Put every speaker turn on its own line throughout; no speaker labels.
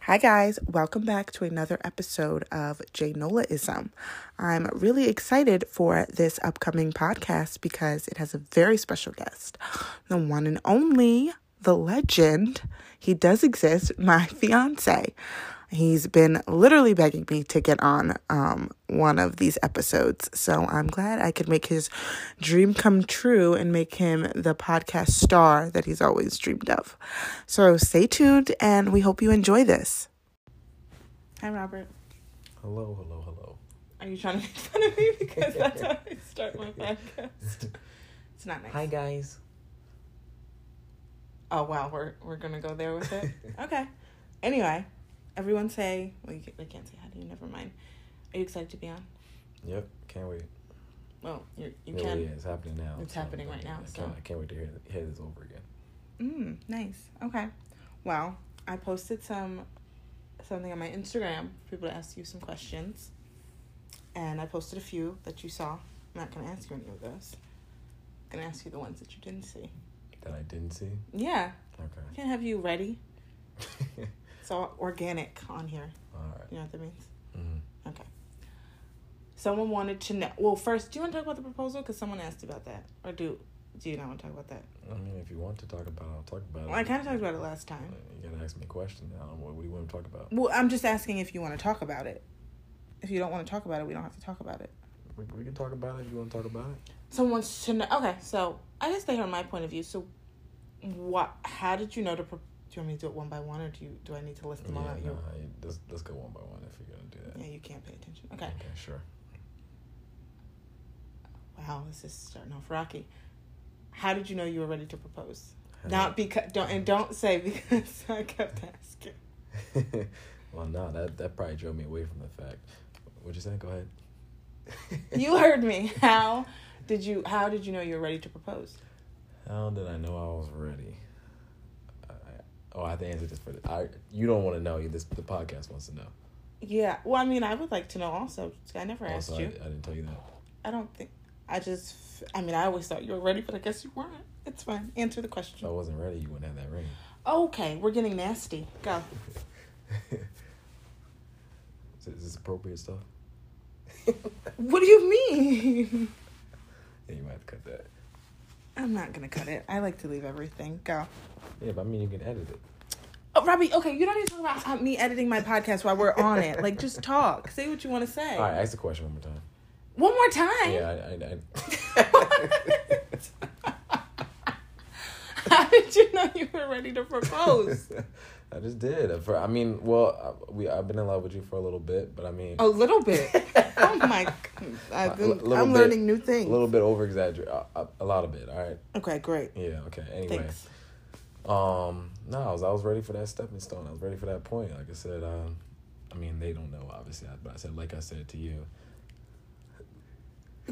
Hi, guys. Welcome back to another episode of J Nolaism. I'm really excited for this upcoming podcast because it has a very special guest, the one and only, the legend. He does exist, my fiance. He's been literally begging me to get on um, one of these episodes. So I'm glad I could make his dream come true and make him the podcast star that he's always dreamed of. So stay tuned and we hope you enjoy this. Hi, Robert.
Hello, hello, hello.
Are you trying to make fun of me? Because that's how I start my podcast. It's not nice.
Hi guys.
Oh, wow. We're, we're going to go there with it. Okay. Anyway, everyone say, well, you can't, they can't say hi to you. Never mind. Are you excited to be on?
Yep, can't wait.
Well, you're, you
No,
can.
yeah, it's happening now.
It's happening right now,
I can't,
so.
I can't wait to hear, th- hear this over again.
Mm, nice. Okay. Well, I posted some something on my Instagram for people to ask you some questions. And I posted a few that you saw. I'm not gonna ask you any of those. I'm gonna ask you the ones that you didn't see.
That I didn't see.
Yeah. I
Okay.
can't have you ready. It's all organic on here.
All right.
You know what that means?
Mm.
Okay. Someone wanted to know well first, do you wanna talk about the proposal? Because someone asked about that. Or do do you not want to talk about that?
I mean, if you want to talk about, it, I'll talk about
Well,
it.
I kinda talked about it last time.
You gotta ask me a question now. What, what do you want to talk about?
Well, I'm just asking if you want to talk about it. If you don't want to talk about it, we don't have to talk about it.
We, we can talk about it if you want to talk about it.
Someone wants to know. Okay, so I guess they heard my point of view. So, what? How did you know to? Pro- do you want me to do it one by one, or do you? Do I need to list them all out? You,
yeah, nah, you, let's, let's go one by one if you're gonna do that.
yeah, you can't pay attention. Okay.
sure.
Wow, this is starting off rocky. How did you know you were ready to propose?
How
Not because don't and don't say because I kept asking.
did- well, no, that that probably drove me away from the fact. What'd you say? Go ahead.
You heard me. How did you? How did you know you were ready to propose?
How did I know I was ready? I, oh, I have to answer this for the, I. You don't want to know. You this the podcast wants to know.
Yeah. Well, I mean, I would like to know also. I never asked
Also, I, I
you.
didn't tell you that.
I don't think. I just. I mean, I always thought you were ready, but I guess you weren't. It's fine. Answer the
If I
question.
wasn't ready, you wouldn't have that ring.
Okay, we're getting nasty. Go.
Is, this- is this appropriate stuff?
What do you mean?
Yeah, you might have to cut that.
I'm not gonna cut it. I like to leave everything. Go.
Yeah, but I mean you can edit it.
Oh, Robbie. Okay, you don't need to talk about how- me editing my podcast while we're on it. Like, just talk. Say what you want to say.
All right, ask the question one more time.
One more time.
Yeah, I.
How did you know you were ready to
I,
propose?
I, I just did. For, I mean, well, I, we I've been in love with you for a little bit, but I mean.
A little bit. Oh my. I've been,
A little
I'm
bit.
learning new
A
things.
little bit over exaggerate, a, a, a lot of it. All right.
Okay, great.
Yeah. Okay. Anyway.
Thanks.
Um, no, I was I was ready for that stepping stone. I was ready for that point. Like I said, um, I mean they don't know obviously, but I said like I said to you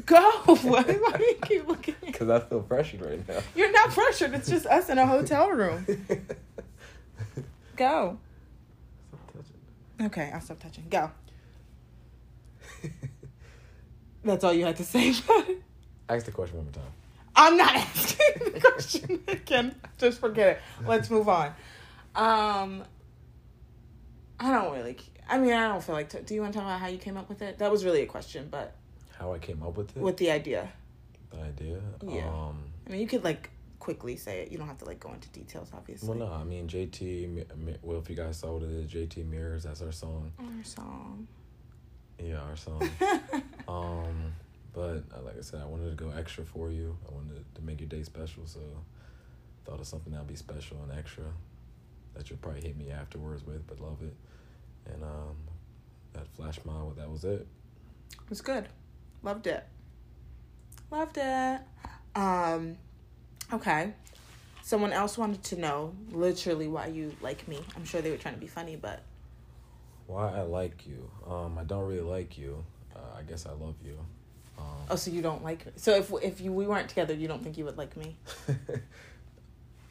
Go. Why, why do you keep looking? at-
because I feel pressured right now.
You're not pressured. It's just us in a hotel room. Go.
Stop touching.
Okay, I'll stop touching. Go. That's all you had to say about it.
Ask the question one more time.
I'm not asking the question again. Just forget it. Let's move on. Um, I don't really. I mean, I don't feel like. do you want to talk about how you came up with it? That was really a question, but
How I came up with it?
with the idea.
the idea?
Yeah.
Um,
I mean, you could like quickly say it. You don't have to like go into details, obviously.
well, no, I mean JT. Mi- Mi- Well, if you guys saw what it is, JT Mirrors. That's our song.
Our song.
Yeah, our song. Um, but uh, like I said, I wanted to go extra for you. I wanted to make your day special, so thought of something that'd be special and extra that you'll probably hit me afterwards with, but love it. And um, that flash mob, that was it.
It was good. Loved it. Loved it. Um, okay. Someone else wanted to know literally why you like me. I'm sure they were trying to be funny, but
Why I like you? Um, I don't really like you. Uh, I guess I love you.
oh,
Um,
so you don't like me. So if if you we weren't together, you don't think you would like me?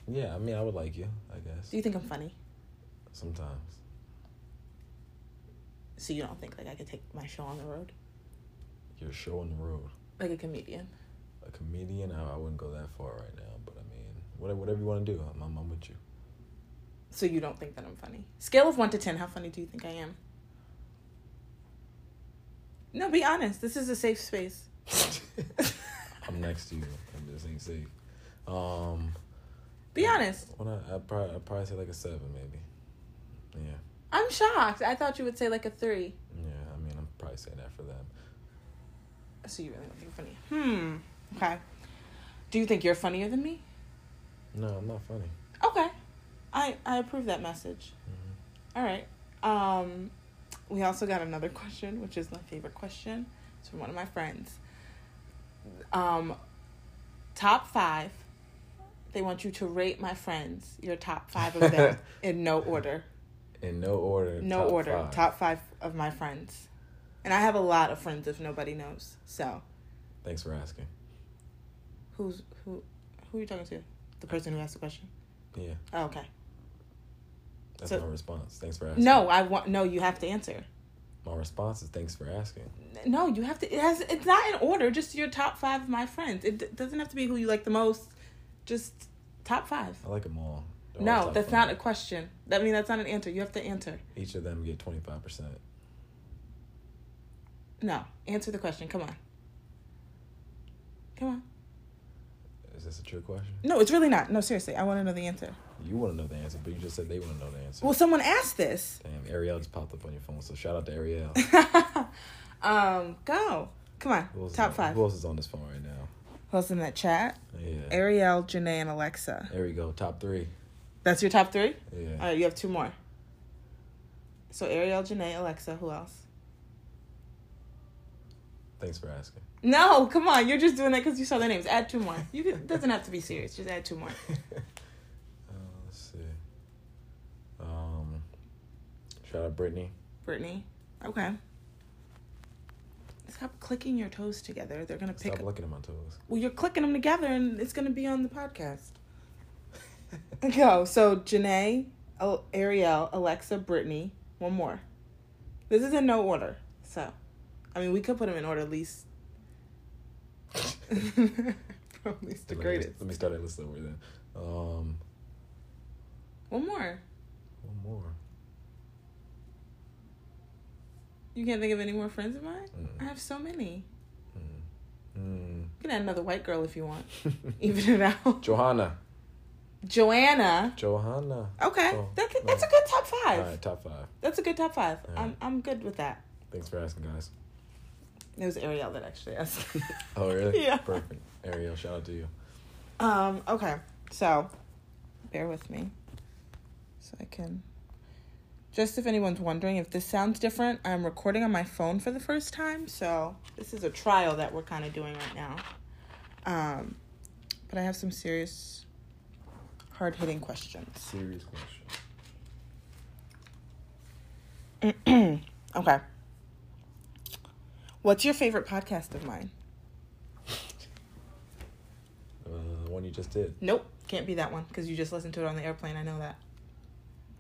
yeah, I mean, I would like you. I guess
Do you think I'm funny?
sometimes.
So you don't think like I could take my show on the road
You're showing the road.
like a comedian?
A comedian, I, I wouldn't go that far right now, but I mean, whatever, whatever you want to do, I'm, I'm, I'm with you.
So you don't think that I'm funny? Scale of one to ten, how funny do you think I am? No, be honest. This is a safe space.
I'm next to you. I'm just ain't safe. Um,
Be honest.
when I I probably I probably say like a seven maybe. Yeah,
I'm shocked. I thought you would say like a three.
yeah. I mean, I'm probably saying that for them.
So you really don't think I'm funny? Hmm. Okay. Do you think you're funnier than me?
No, I'm not funny.
Okay. I I approve that message.
hmm
All right. Um, we also got another question, which is my favorite question. It's from one of my friends. Um, top five. They want you to rate my friends, your top five of them, in no order.
In no order.
No
top
order.
five.
Top five of my friends. And I have a lot of friends if nobody knows. So
Thanks for asking.
who's who who are you talking to? The person who asked the question.
Yeah,
Oh, okay.
that's
So-
my response. Thanks for asking.
No, I want no, you have to answer.
My response is thanks for asking.
No, you have to. It has. It's not in order. Just your top five of my friends. It d- doesn't have to be who you like the most. Just top five.
I like them all. They're all
No,
top
that's
five.
not a question. I mean, that's not an answer. You have to answer.
Each of them get twenty five percent.
No, answer the question. Come on. Come on.
Is this a true question?
No, it's really not. No, seriously, I want to know the answer.
You want to know the answer, but you just said they want to know the answer.
Well, someone asked this.
Damn, Ariel just popped up on your phone. So shout out to Ariel.
um, go. Come on.
Who else is
top
on-
five.
Who else is on this phone right now?
Who else in that chat?
Yeah.
Ariel, Janae, and Alexa.
There we go. Top three.
That's your top three. All
Yeah.
right, you have two more. So Ariel, Janae, Alexa. Who else?
Thanks for asking.
No, come on. You're just doing that because you saw their names. Add two more. You can, doesn't have to be serious. Just add two more.
Uh, let's see. Um, shout out Brittany.
Brittany. Okay. Stop clicking your toes together. They're gonna pick.
Stop looking at my toes.
well, you're clicking them together, and it's gonna be on the podcast. Go. So Janae, Al- Ariel, Alexa, Brittany. One more. This is in no order. So, I mean, we could put them in order, least from least to
Let me-
greatest.
Let me start that list over then. Um,
One more.
one more.
You can't think of any more friends of mine. I
Mm,
have so many.
mm,
You can add another white girl if you want.
mm.
Even it out.
Johanna.
Joanna.
Johanna.
Okay,
Oh,
that's,
no.
that's a good top five.
All right, top five.
That's a good top five.
All
I'm
right.
I'm good with that.
Thanks for asking, guys.
It was Ariel that actually asked.
Oh, really?
Yeah.
Perfect. Ariel, shout out to you.
um. Okay. So, bear with me, so I can. Just if anyone's wondering if this sounds different, I'm recording on my phone for the first time, so this is a trial that we're kind of doing right now. Um, but I have some serious, hard hitting questions.
Serious question.
Okay. What's your favorite podcast of mine?
Uh, the one you just did.
Nope, can't be that one because you just listened to it on the airplane. I know that.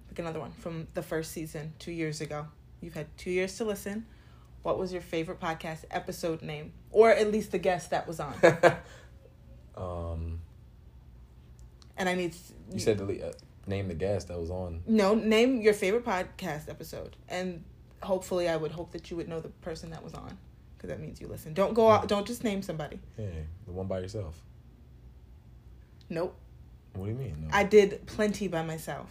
Pick another one from the first season two years ago. You've had two years to listen. What was your favorite podcast episode name, or at least the guest that was on?
um,
and I need s-
you said delete, uh, name the guest that was on.
no. Name your favorite podcast episode, and hopefully, I would hope that you would know the person that was on because that means you listen. Don't go out. Don't just name somebody.
Yeah, the one by yourself.
Nope.
What do you mean? No.
I did plenty by myself.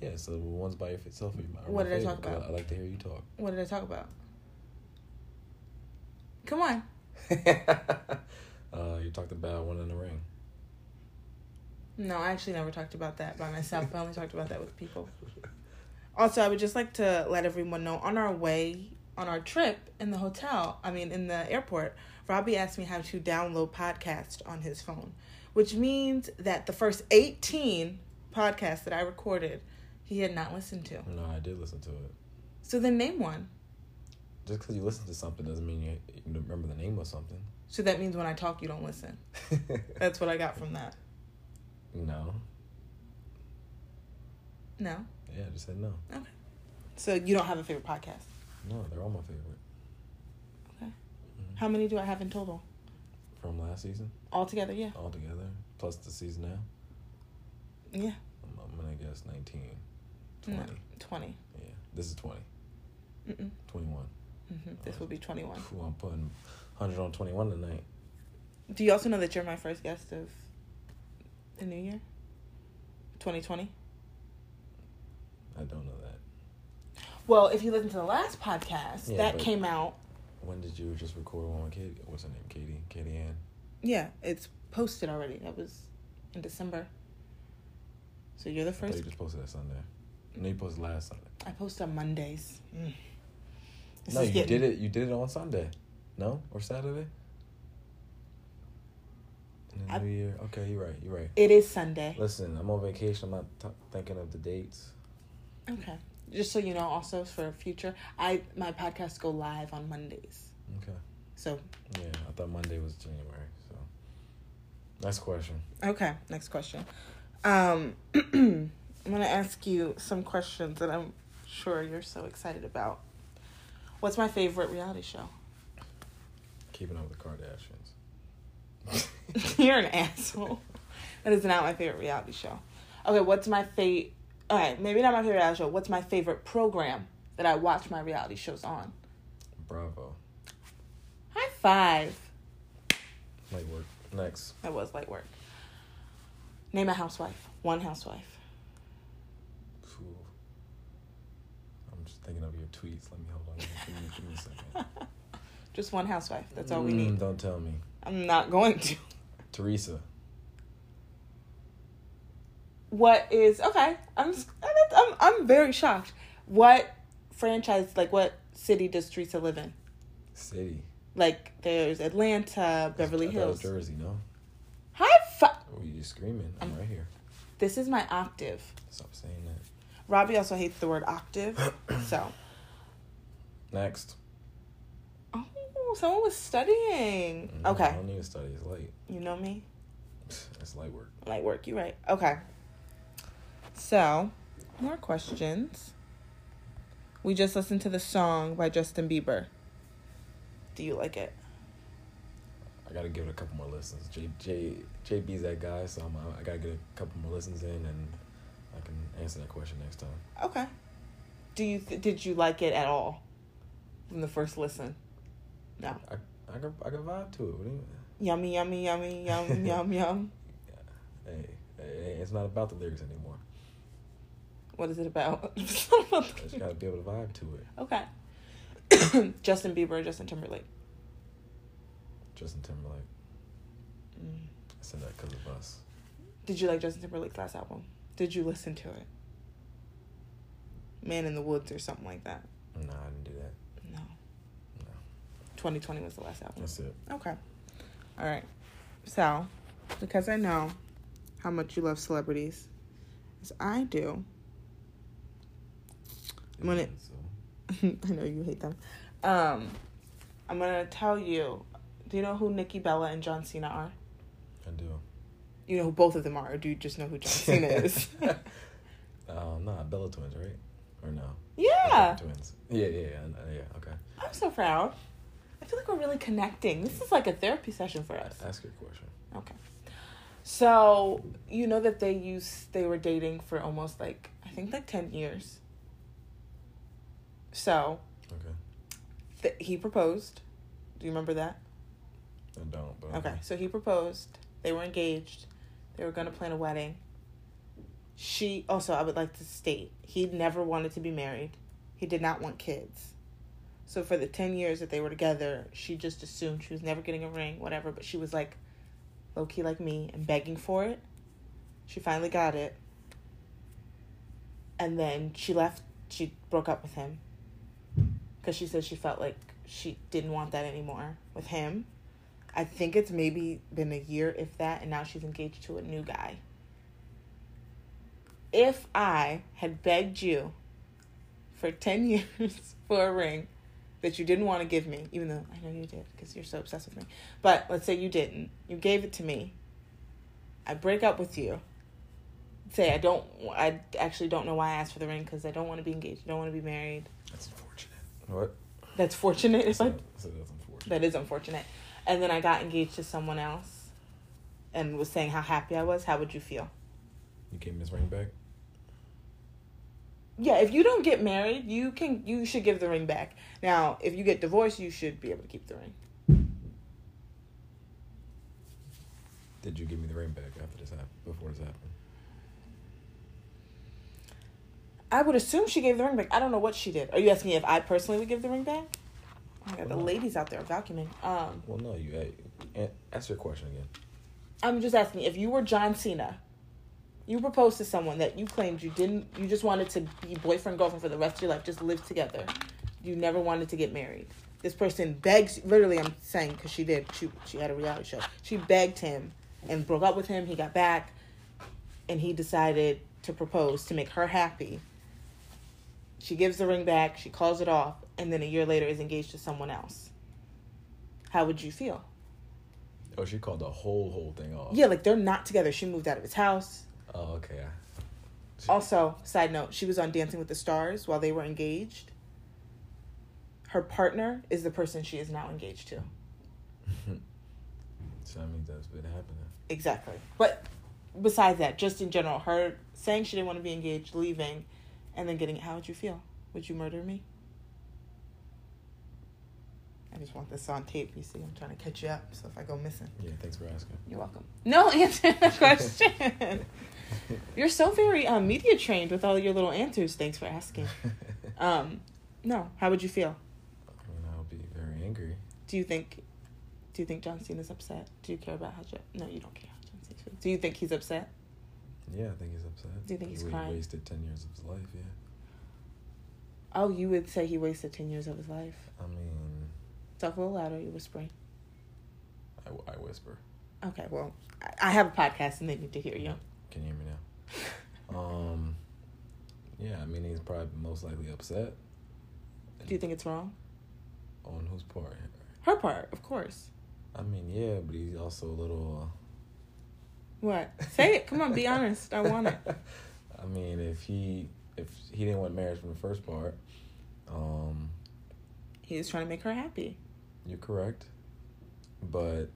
yeah, so the one's by yourself. are my- are
What
my
did I
favorite,
talk
but
about?
I like to hear you talk.
What did I talk about? Come on.
uh, you talked about one in the ring.
No, I actually never talked about that by myself. I only talked about that with people. Also, I would just like to let everyone know on our way, on our trip in the hotel, I mean, in the airport, Robbie asked me how to download podcasts on his phone, which means that the first 18 podcasts that I recorded, he had not listened to.
No, I did listen to it.
So then name one.
Just because you listen to something doesn't mean you, you don't remember the name of something.
So that means when I talk, you don't listen. That's what I got from that.
no.
No?
Yeah, I just said no.
So you don't have a favorite podcast.
No, they're all my favorite. Mm-hmm.
How many do I have in total?
From last season,
All together, yeah.
all together, plus the season now,
Yeah.
I'm, I'm going to guess 19.
No.
20.
20.
Yeah. This is 20.
Mm-mm.
21.
hmm This will be 21.
Phew, I'm putting 100 on 21 tonight.
Do you also know that you're my first guest of the new year? 2020?
I don't know that.
Well, if you listen to the last podcast,
Yeah,
that
but-
came out.
When did you just record one with Katie? What's her name? Katie? Katie Ann?
Yeah, it's posted already. That was in December. So you're the
I thought
first.
you just posted that Sunday. No, you posted last Sunday.
I post on Mondays. Mm. This
no,
is
you
getting-
did it. You did it on Sunday, no, or Saturday. In the
I-
New Year. Okay, you're right. You're right.
It is Sunday.
Listen, I'm on vacation. I'm not t- thinking of the dates.
Okay. Just so you know, also for future, I my podcasts go live on Mondays.
Okay.
So
Yeah, I thought Monday was January. So, next question.
okay, next question. Um, I'm gonna ask you some questions that I'm sure you're so excited about. What's my favorite reality show?
Keeping up with the Kardashians.
You're an asshole. That is not my favorite reality show. Okay, what's my fate? All right, maybe not my favorite reality show. What's my favorite program that I watch my reality shows on?
Bravo.
High five.
Might work. Next.
That was light work. Name a housewife. One housewife.
Phew. I'm just thinking of your tweets. Let me hold on. Give me, give me a second.
Just one housewife. That's all we
Mm,
need.
Don't tell me.
I'm not going to.
Teresa.
What is okay? I'm s- I'm I'm very shocked. What franchise? Like what city does Teresa live in?
City.
Like there's Atlanta, Beverly
I thought it
Hills.
was
Mm.
Jersey, no?
High five.
Oh, you screaming. I'm right here.
This is my octave.
Stop saying that.
Robbie also hates the word octave. So,
Next.
oh, someone was studying.
Mm, I
Okay,
don't need to study. It's light.
you know me.
It's light work.
Light work, you right. Okay. So, more questions. We just listened to the song by Justin Bieber. Do you like it?
I gotta give it a couple more listens. J J JB's that guy, so I'm, I gotta get a couple more listens in, and I can answer that question next time.
Okay. Do you th- did you like it at all from the first listen? No.
I I can I can vibe to it. What do you,
Yummy, yummy, yummy, yum, yum, yum.
hey, hey, it's not about the lyrics anymore.
What is it about?
I just gotta be able to vibe to it.
okay. Justin Bieber, or Justin Timberlake.
Justin Timberlake. I said that because of us.
Did you like Justin Timberlake's last album? Did you listen to it? Man in the Woods or something like that.
No, I didn't do that.
No.
No.
2020 was the last album.
That's it.
Okay. All right. So, because I know how much you love celebrities, as I do, I'm gonna-
So,
I know you hate them. Um, I'm going to tell you do you know who Nikki Bella and John Cena are?
I do.
You know who both of them are, or do you just know who John Cena is?
Um, nah, Bella twins, right? Or no?
yeah.
Twins. Yeah, yeah, yeah, I- I- yeah. Okay.
I'm so proud. I feel like we're really connecting. This is like a therapy session for us.
A- Ask your question.
Okay. So you know that they used they were dating for almost like I think like ten years. So
Okay.
th- he proposed. Do you remember that?
I don't. But
Okay. So he proposed. They were engaged. They were gonna plan a wedding. She also I would like to state he never wanted to be married. He did not want kids. So for the ten years that they were together, she just assumed she was never getting a ring, whatever, but she was like low key like me and begging for it. She finally got it. And then she left she broke up with him. Cause she said she felt like she didn't want that anymore with him. I think it's maybe been a year, if that, and now she's engaged to a new guy. If I had begged you for 10 years for a ring that you didn't want to give me, even though I know you did because you're so obsessed with me, but let's say you didn't, you gave it to me, I break up with you. Say I don't. I actually don't know why I asked for the ring because I don't want to be engaged. I don't want to be married.
That's unfortunate. What?
That's fortunate if
So,
I
so that's unfortunate.
that is unfortunate. And then I got engaged to someone else and was saying how happy I was. How would you feel?
You gave me this ring back.
yeah, if you don't get married, you can you should give the ring back. Now, if you get divorced, you should be able to keep the ring.
Did you give me the ring back after this happened? Before this happened?
I would assume she gave the ring back. I don't know what she did. Are you asking me if I personally would give the ring back? Oh my God, the
Well-
ladies out there are vacuuming. Um,
Well, no. You a- a- ask your question again.
I'm just asking if you were John Cena, you proposed to someone that you claimed you didn't, you just wanted to be boyfriend girlfriend for the rest of your life, just live together. You never wanted to get married. This person begs, literally, I'm saying because she did. She she had a reality show. She begged him and broke up with him. He got back, and he decided to propose to make her happy. She gives the ring back. She calls it off, and then a year later is engaged to someone else. How would you feel?
Oh, she called the whole whole thing off.
Yeah, like they're not together. She moved out of his house.
Oh, okay. I-
Also, side note, she was on Dancing with the Stars while they were engaged. Her partner is the person she is now engaged to.
So that means that's been happening.
Exactly. But besides that, just in general, her saying she didn't want to be engaged, leaving, and then getting how would you feel? Would you murder me? I just want this on tape. You see, I'm trying to catch you up. So if I go missing,
Yeah. Thanks for asking.
you're welcome. No answer the question. You're so very um, media trained with all your little answers. Thanks for asking. Um, no. How would you feel?
I mean, I'll be very angry.
Do you think? Do you think John Cena's upset? Do you care about how? John, no, you don't care how John Cena feels. Do you think he's upset?
Yeah, I think he's upset.
Do you think he's
he wa-
crying?
wasted ten years of his life. Yeah.
Oh, you would say he wasted ten years of his life.
I mean,
Talk a little louder. You're whispering.
I, w- I whisper.
Okay. Well, I, I have a podcast and they need to hear you.
Can you hear me now? Um. Yeah, I mean, he's probably most likely upset.
Do you think it's wrong?
On whose part?
Her part, of course.
I mean, yeah, but he's also a little. uh,
What? Say it. Come on. Be honest. I want it.
I mean, if he if he didn't want marriage from the first part, um,
He was trying to make her happy.
you're correct. But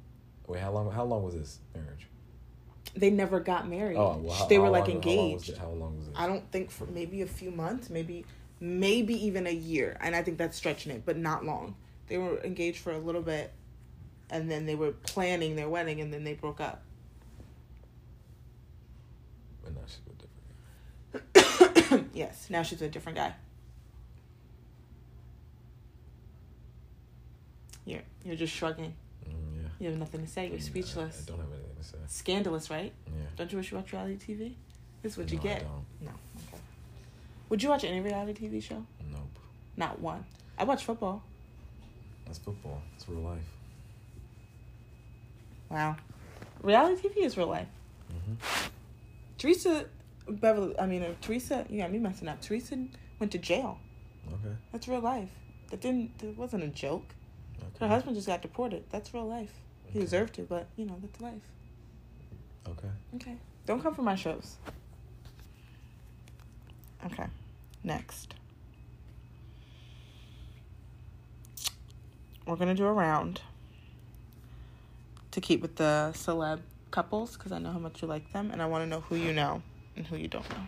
wait, how long? How long was this marriage?
They never got married.
Oh, well, how-
they were
how
like
long- how long was
engaged.
it- How long was it?
I don't think for maybe a few months, maybe maybe even a year, and I think that's stretching it, but not long. They were engaged for a little bit, and then they were planning their wedding, and then they broke up.
But now she's with different.
yes, now she's with a different guy. You're you're just shrugging.
Mm, yeah.
You have nothing to say. You're
Mm, I-
speechless.
I, don't have anything to say.
Scandalous, right?
Yeah.
Don't you wish you watched reality TV? This is what you
No,
get.
I don't.
No. Okay. Would you watch any reality TV show?
Nope.
Not one. I watch football.
That's football. It's real life.
Wow. Reality TV is real life.
Mm-hmm.
Teresa Beverly, I mean, uh, Teresa, you got me messing up. Teresa went to jail.
Okay.
That's real life. That didn't, that wasn't a joke.
Okay.
Her husband just got deported. That's real life. He
Okay.
deserved to, but, you know, that's life.
Okay.
Okay. Don't come for my shows. Okay. Next. We're going to do a round to keep with the celeb couples because I know how much you like them and I want to know who you know and who you don't know.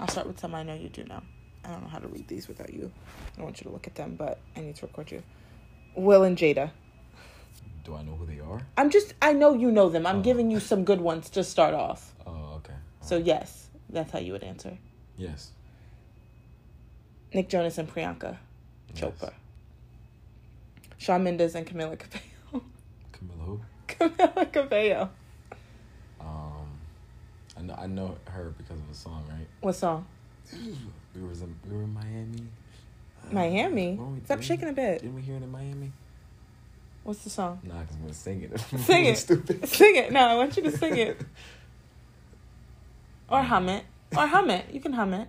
I'll start with some I know you do know. I don't know how to read these without you. I don't want you to look at them, but I need to record you. Will and Jada.
Do I know who they are?
I'm just, I know you know them. I'm
Oh.
giving you some good ones to start off.
Oh, okay.
So yes, that's how you would answer.
yes.
Nick Jonas and Priyanka Chopra. Shawn Mendes and Camila Cabello.
Yes. Camilla who?
Camila Cabello.
Um, I know I know her because of a song, right?
What song?
We was in we were in Miami. Uh,
Miami.
weren't we-
Stop
didn't
shaking
we-
a bit.
Didn't we hear it in Miami?
What's the song?
Nah, cause we're singing.
Sing it.
Stupid.
Sing it. No, I want you to sing it. Or hum it. Or hum it. You can hum it.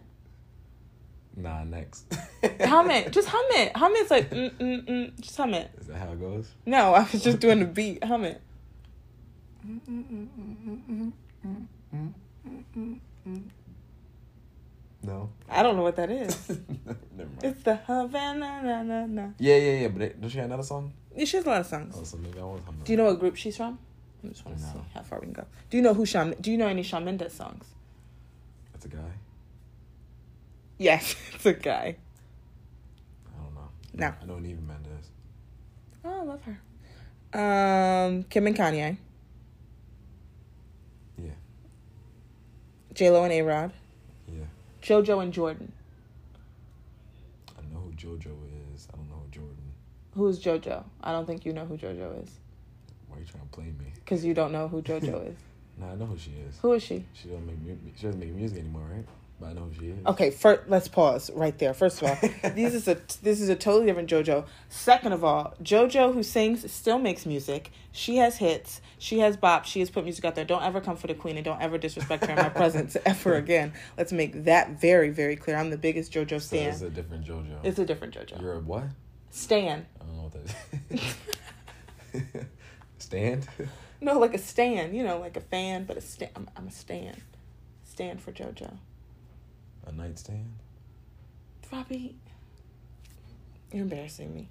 Nah, next.
Hum it. Just hum it. Hum it's like mm mm mm. Just hum it.
Is that how it goes?
No, I was just doing the beat. Hum it.
No.
I don't know what that is.
Never mind.
It's the Havana na na na.
yeah, yeah, yeah. But it, don't you have another song?
She has a lot of songs.
Oh, so maybe I was hungry.
Do you know what group she's from? I just want to
No.
see how far we can go. Do you know who Shawn? Do you know any Shawn Mendes songs?
That's a guy.
Yes, it's a guy.
I don't know.
No.
I know an even Mendez.
Oh, I love her. Um, Kim and Kanye,
Yeah.
J Lo and A Rod,
Yeah.
JoJo and Jordan.
I know who JoJo is. I don't know who Jordan.
Who's JoJo? I don't think you know who JoJo is
Why are you trying to play me?
because you don't know who JoJo is.
Nah, I know who she is.
Who is she?
She don't make mu- she doesn't make music anymore, right? But I know who she is.
Okay, first let's pause right there. First of all, this is a this is a totally different JoJo. Second of all, JoJo who sings still makes music. She has hits. She has bop. She has put music out there. Don't ever come for the queen and don't ever disrespect her in my presence ever again. Let's make that very very clear. I'm the biggest JoJo
So
stan.
it's a different JoJo.
It's a different JoJo.
You're a what?
Stan.
I don't know what that is. Stand?
No, like a stan. You know, like a fan, but a stan. I'm, I'm a stan. Stan for JoJo.
A nightstand?
Robbie, you're embarrassing me.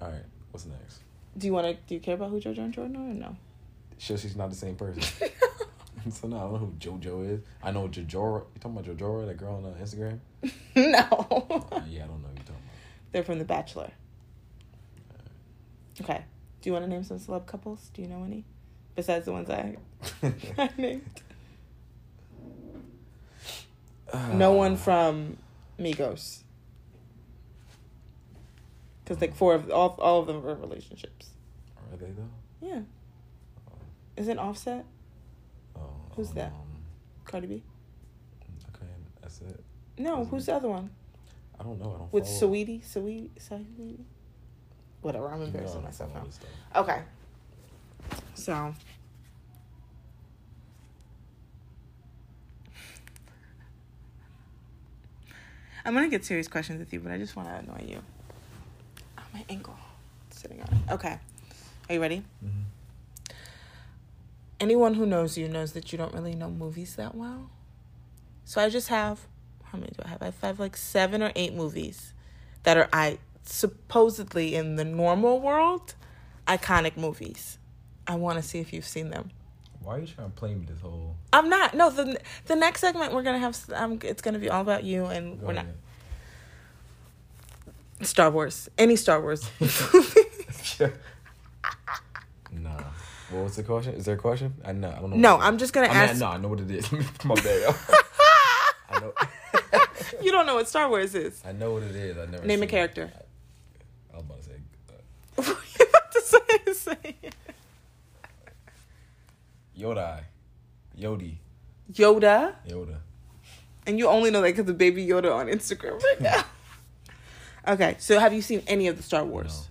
All right. What's next?
Do you want to? Do you care about who JoJo and Jordan are or no?
Sure, she's not the same person. so now I don't know who JoJo is. I know Jojora. You talking about Jojora, that girl on uh, Instagram? Uh,
no.
yeah, I don't know who you're talking about.
They're from The Bachelor. Okay. Do you want to name some celeb couples? Do you know any? Besides the ones I, I named? No
Uh.
one from Migos. Because, like, four of all, all of them are relationships.
Are they though?
Yeah. Isn't Offset
Oh,
Who's that?
um,
Cardi B?
Okay, that's it.
No,
Isn't
who's
it-
the other one?
I don't know. I don't
With
follow.
Saweetie? Saweetie? Saweetie? Whatever, I'm
You know, I
embarrassing
don't
myself
follow
now.
this stuff.
Okay. So. I'm gonna get serious questions with you, but I just want to annoy you. Oh, my ankle, sitting on it. Okay, are you ready?
Mhm.
Anyone who knows you knows that you don't really know movies that well. So I just have how many do I have? I have five, like seven or eight movies that are I supposedly in the normal world iconic movies. I want to see if you've seen them.
Why are you trying to play me this whole?
I'm not. No, the the next segment we're gonna have. s- Um, it's gonna be all about you, and
Go
we're not
ahead.
Star Wars. Any Star Wars.
nah. What was the question? Is there a question? I know. I don't know.
No,
what it is.
I'm just gonna
I mean,
ask-
I know. I know what it is. My bad. I know.
you don't know what Star Wars is.
I know what it is. I never
Name a
seen it.
character.
I was about to say. Uh,
What are you about to say? Say it.
Yodai. Yodi.
Yoda,
Yoda.
and you only know that because of Baby Yoda on Instagram right now. okay, so have you seen any of the Star Wars?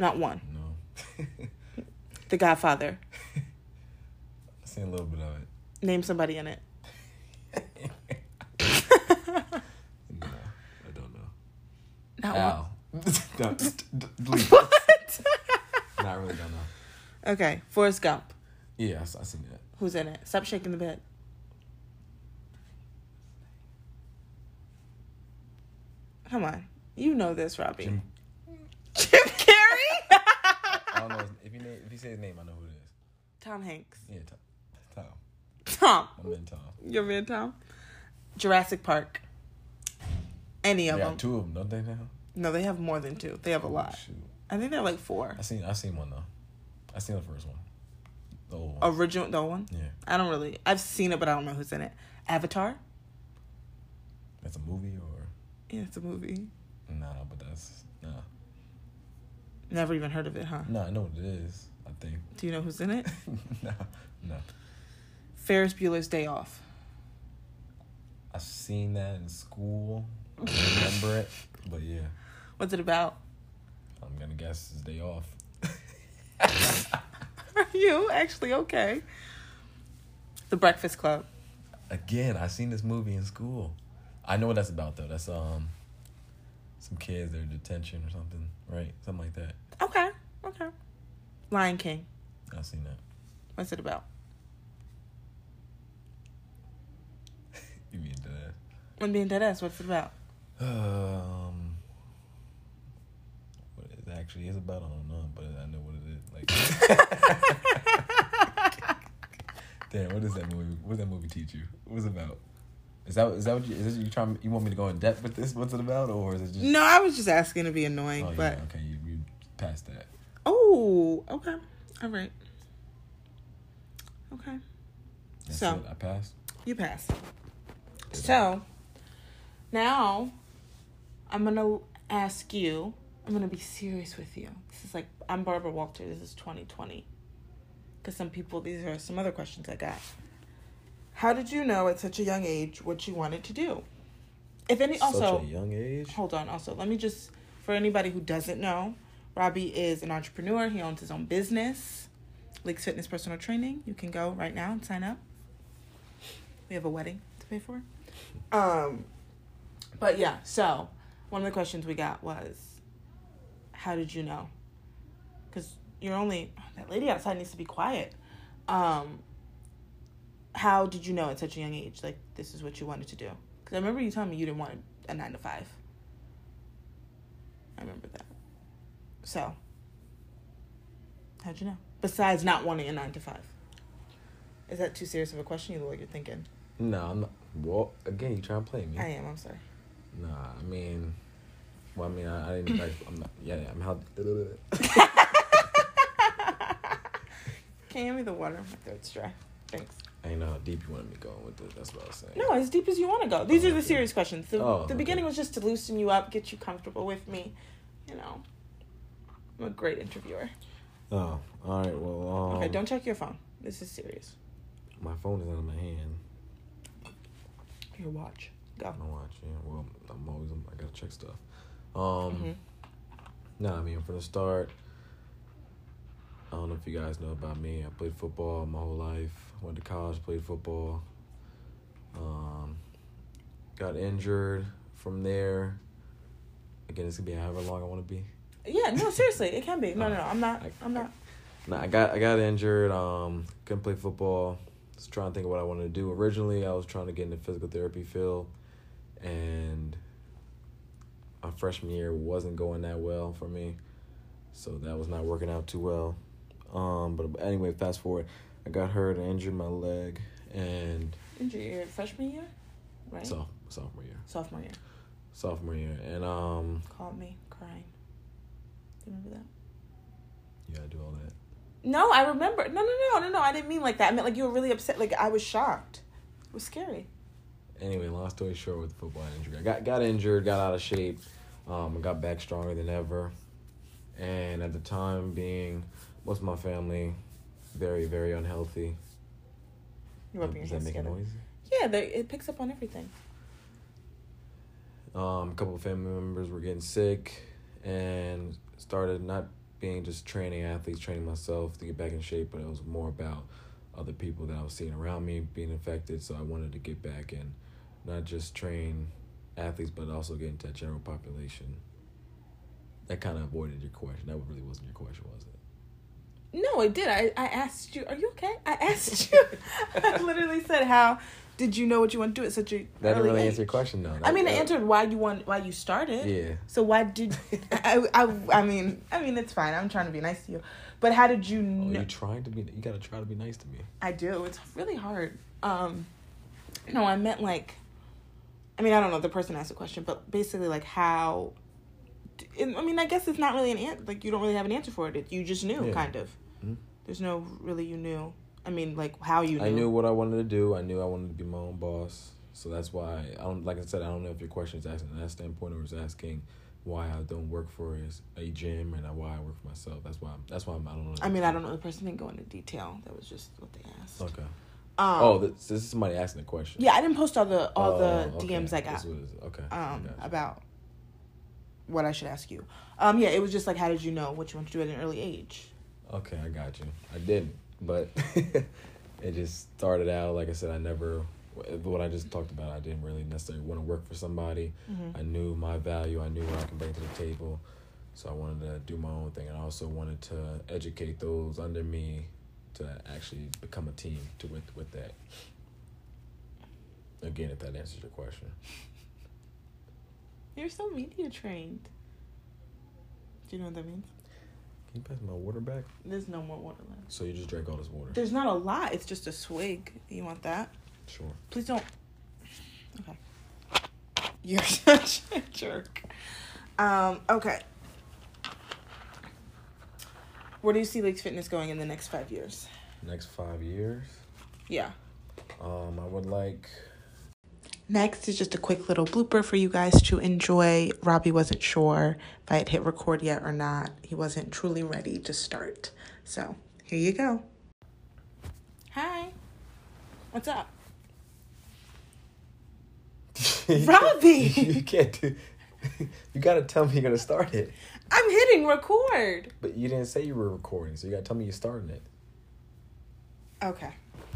Not one.
No.
The Godfather.
I seen a little bit of it.
Name somebody in it.
No, I don't know.
Not
Ow. No, d- d- delete.
one. What?
No, I really don't know.
okay, Forrest Gump.
Yeah, I, s- I seen that.
Who's in it? Stop shaking the bed. Come on. You know this, Robbie.
Jim.
Jim, Carrey?
I don't know his- if you name, if you say his name, I know who it is.
Tom Hanks.
Yeah, Tom. Tom.
Tom.
My man Tom.
Your man Tom. Jurassic Park. Any
They
of them.
got two of them, don't they now?
No, they have more than two. They have a lot.
Shoot.
I think they're like four.
I seen I seen one though. I seen the first one. The old one.
Original, the one.
yeah.
I don't really. I've seen it, but I don't know who's in it. Avatar?
That's a movie or
Yeah, it's a movie.
nah, but that's nah.
Never even heard of it, huh?
Nah, I know what it is, I think.
Do you know who's in it?
nah, nah.
Ferris Bueller's Day Off.
I've seen that in school. I don't remember it. But yeah.
What's it about?
I'm gonna guess his day off.
Are you actually okay? The Breakfast Club.
Again, I seen this movie in school. I know what that's about though. That's um some kids they're in detention or something, right? Something like that.
Okay, okay. Lion King.
I've seen that.
What's it about?
You mean that?
I'm being dead ass. What's it about?
Um, what it actually is about, I don't know, but I know what it is. Like, damn, what does that movie? What does that movie teach you? What's it about? Is that is that what you is this, you trying you want me to go in depth with this? What's it about, or is it just?
No, I was just asking to be annoying,
Oh,
Mm, but
yeah, okay, you, you passed that.
oh, okay, all right, okay,
That's
So.
it. I passed.
you pass. So now I'm gonna ask you. I'm gonna be serious with you. This is like I'm Barbara Walter. This is 2020. Because some people, these are some other questions I got. How did you know at such a young age what you wanted to do? If any, also
Such a young age.
hold on also let me just for anybody who doesn't know robbie is an entrepreneur he owns his own business leaks fitness personal training you can go right now and sign up we have a wedding to pay for um but yeah so one of the questions we got was how did you know because you're only that lady outside needs to be quiet um how did you know at such a young age like this is what you wanted to do because i remember you telling me you didn't want a nine to five i remember that so how'd you know besides not wanting a nine to five is that too serious of a question you look like you're thinking
No, I'm not. Well, again, you trying to play me?
i am i'm sorry
Nah, I mean, well, I mean, I, I didn't like. I'm not. Yeah, I'm how.
can you hand me the water my throat's dry thanks
I didn't know how deep you wanted me going with this. That's what I was saying.
no as deep as you want to go these are the serious questions the,
Oh,
the
okay.
beginning was just to loosen you up get you comfortable with me you know i'm a great interviewer
Oh, all right. Well, um,
okay don't check your phone this is serious
My phone is out of my hand.
your watch go
I'm watching. Well, I'm always. I gotta check stuff. Um.
Mhm.
No, I mean from the start. I don't know if you guys know about me. I played football my whole life. Went to college, played football. Um, got injured. From there, again, it's gonna be however long I want to be.
Yeah, no, seriously, it can be. No, no, no, I'm not.
I-
I'm not.
No, I got I got injured. Um, couldn't play football. Was trying to think of what I wanted to do. Originally, I was trying to get in the physical therapy field, and my freshman year wasn't going that well for me, so that was not working out too well. Um, but anyway, fast forward, I got hurt and injured my leg, and
Injured year, freshman year, right?
so sophomore year,
Sophomore year.
sophomore year, and um,
Called me crying. Do you remember that?
yeah, I do all that.
No, I remember. No, no, no, no, no. I didn't mean like that. I meant like you were really upset. Like I was shocked. It was scary.
anyway, long story short, with the football injury, I got got injured, got out of shape, um, I got back stronger than ever, and at the time being, most of my family, very very unhealthy.
You're rubbing your
Does that
hands
make a
together.
noise?
Yeah, they, it picks up on everything.
Um, a couple of family members were getting sick, and started not being just training athletes, training myself to get back in shape, but it was more about other people that I was seeing around me being affected. So I wanted to get back and not just train athletes, but also get into that general population. That kind of avoided your question. That really wasn't your question, was it?
No, it did. I, I asked you. Are you okay? I asked you. I literally said, "How did you know what you want to do at such a?"
That didn't
early
really
age?"
answer your question, though.
I mean, I
That-
answered why you want why you started.
Yeah.
So why did I, I? I mean, I mean, it's fine. I'm trying to be nice to you, but how did you
Oh,
know?
you trying to be? You gotta try to be nice to me.
I do. It's really hard. Um, no, I meant like, I mean, I don't know. The person asked the question, but basically, like, how? d- and, I mean, I guess it's not really an answer. Like, you don't really have an answer for it. You just knew,
Yeah.
kind of.
Mhm.
There's no really you knew. I mean, like how you knew.
I knew what I wanted to do. I knew I wanted to be my own boss. So that's why I don't like I said, I don't know if your question is asking that standpoint or is asking why I don't work for is a gym and why I work for myself. That's why I'm, that's why I'm, I don't know.
I mean, I don't know. The person didn't go into detail. That was just what they asked.
Okay.
Um,
oh, this, this is somebody asking the question.
Yeah, I didn't post all the all
Oh,
the
okay.
DMs I
That's
got
what it is. Okay.
um,
Gotcha.
about what I should ask you. Um, yeah, it was just like, how did you know what you want to do at an early age?
Okay, I got you. I didn't, but it just started out. Like I said, I never, what I just talked about, I didn't really necessarily want to work for somebody.
Mm-hmm.
I knew my value, I knew what I could bring to the table. So I wanted to do my own thing. And I also wanted to educate those under me to actually become a team to with, with that. Again, if that answers your question.
You're so media trained. Do you know what that means?
Can you pass my water back?
There's no more water left.
So you just drank all this water?
There's not a lot. It's just a swig. You want that?
Sure.
Please don't. Okay. You're such a jerk. Um, okay. Where do you see Lakes Fitness going in the next five years?
Next five years,
Yeah.
um, I would like.
Next is just a quick little blooper for you guys to enjoy. Robbie wasn't sure if I had hit record yet or not. He wasn't truly ready to start. So here you go. Hi. What's up? Robbie!
you can't do. You gotta tell me you're gonna start it,
I'm hitting record.
but you didn't say you were recording, so you gotta tell me you're starting it.
Okay.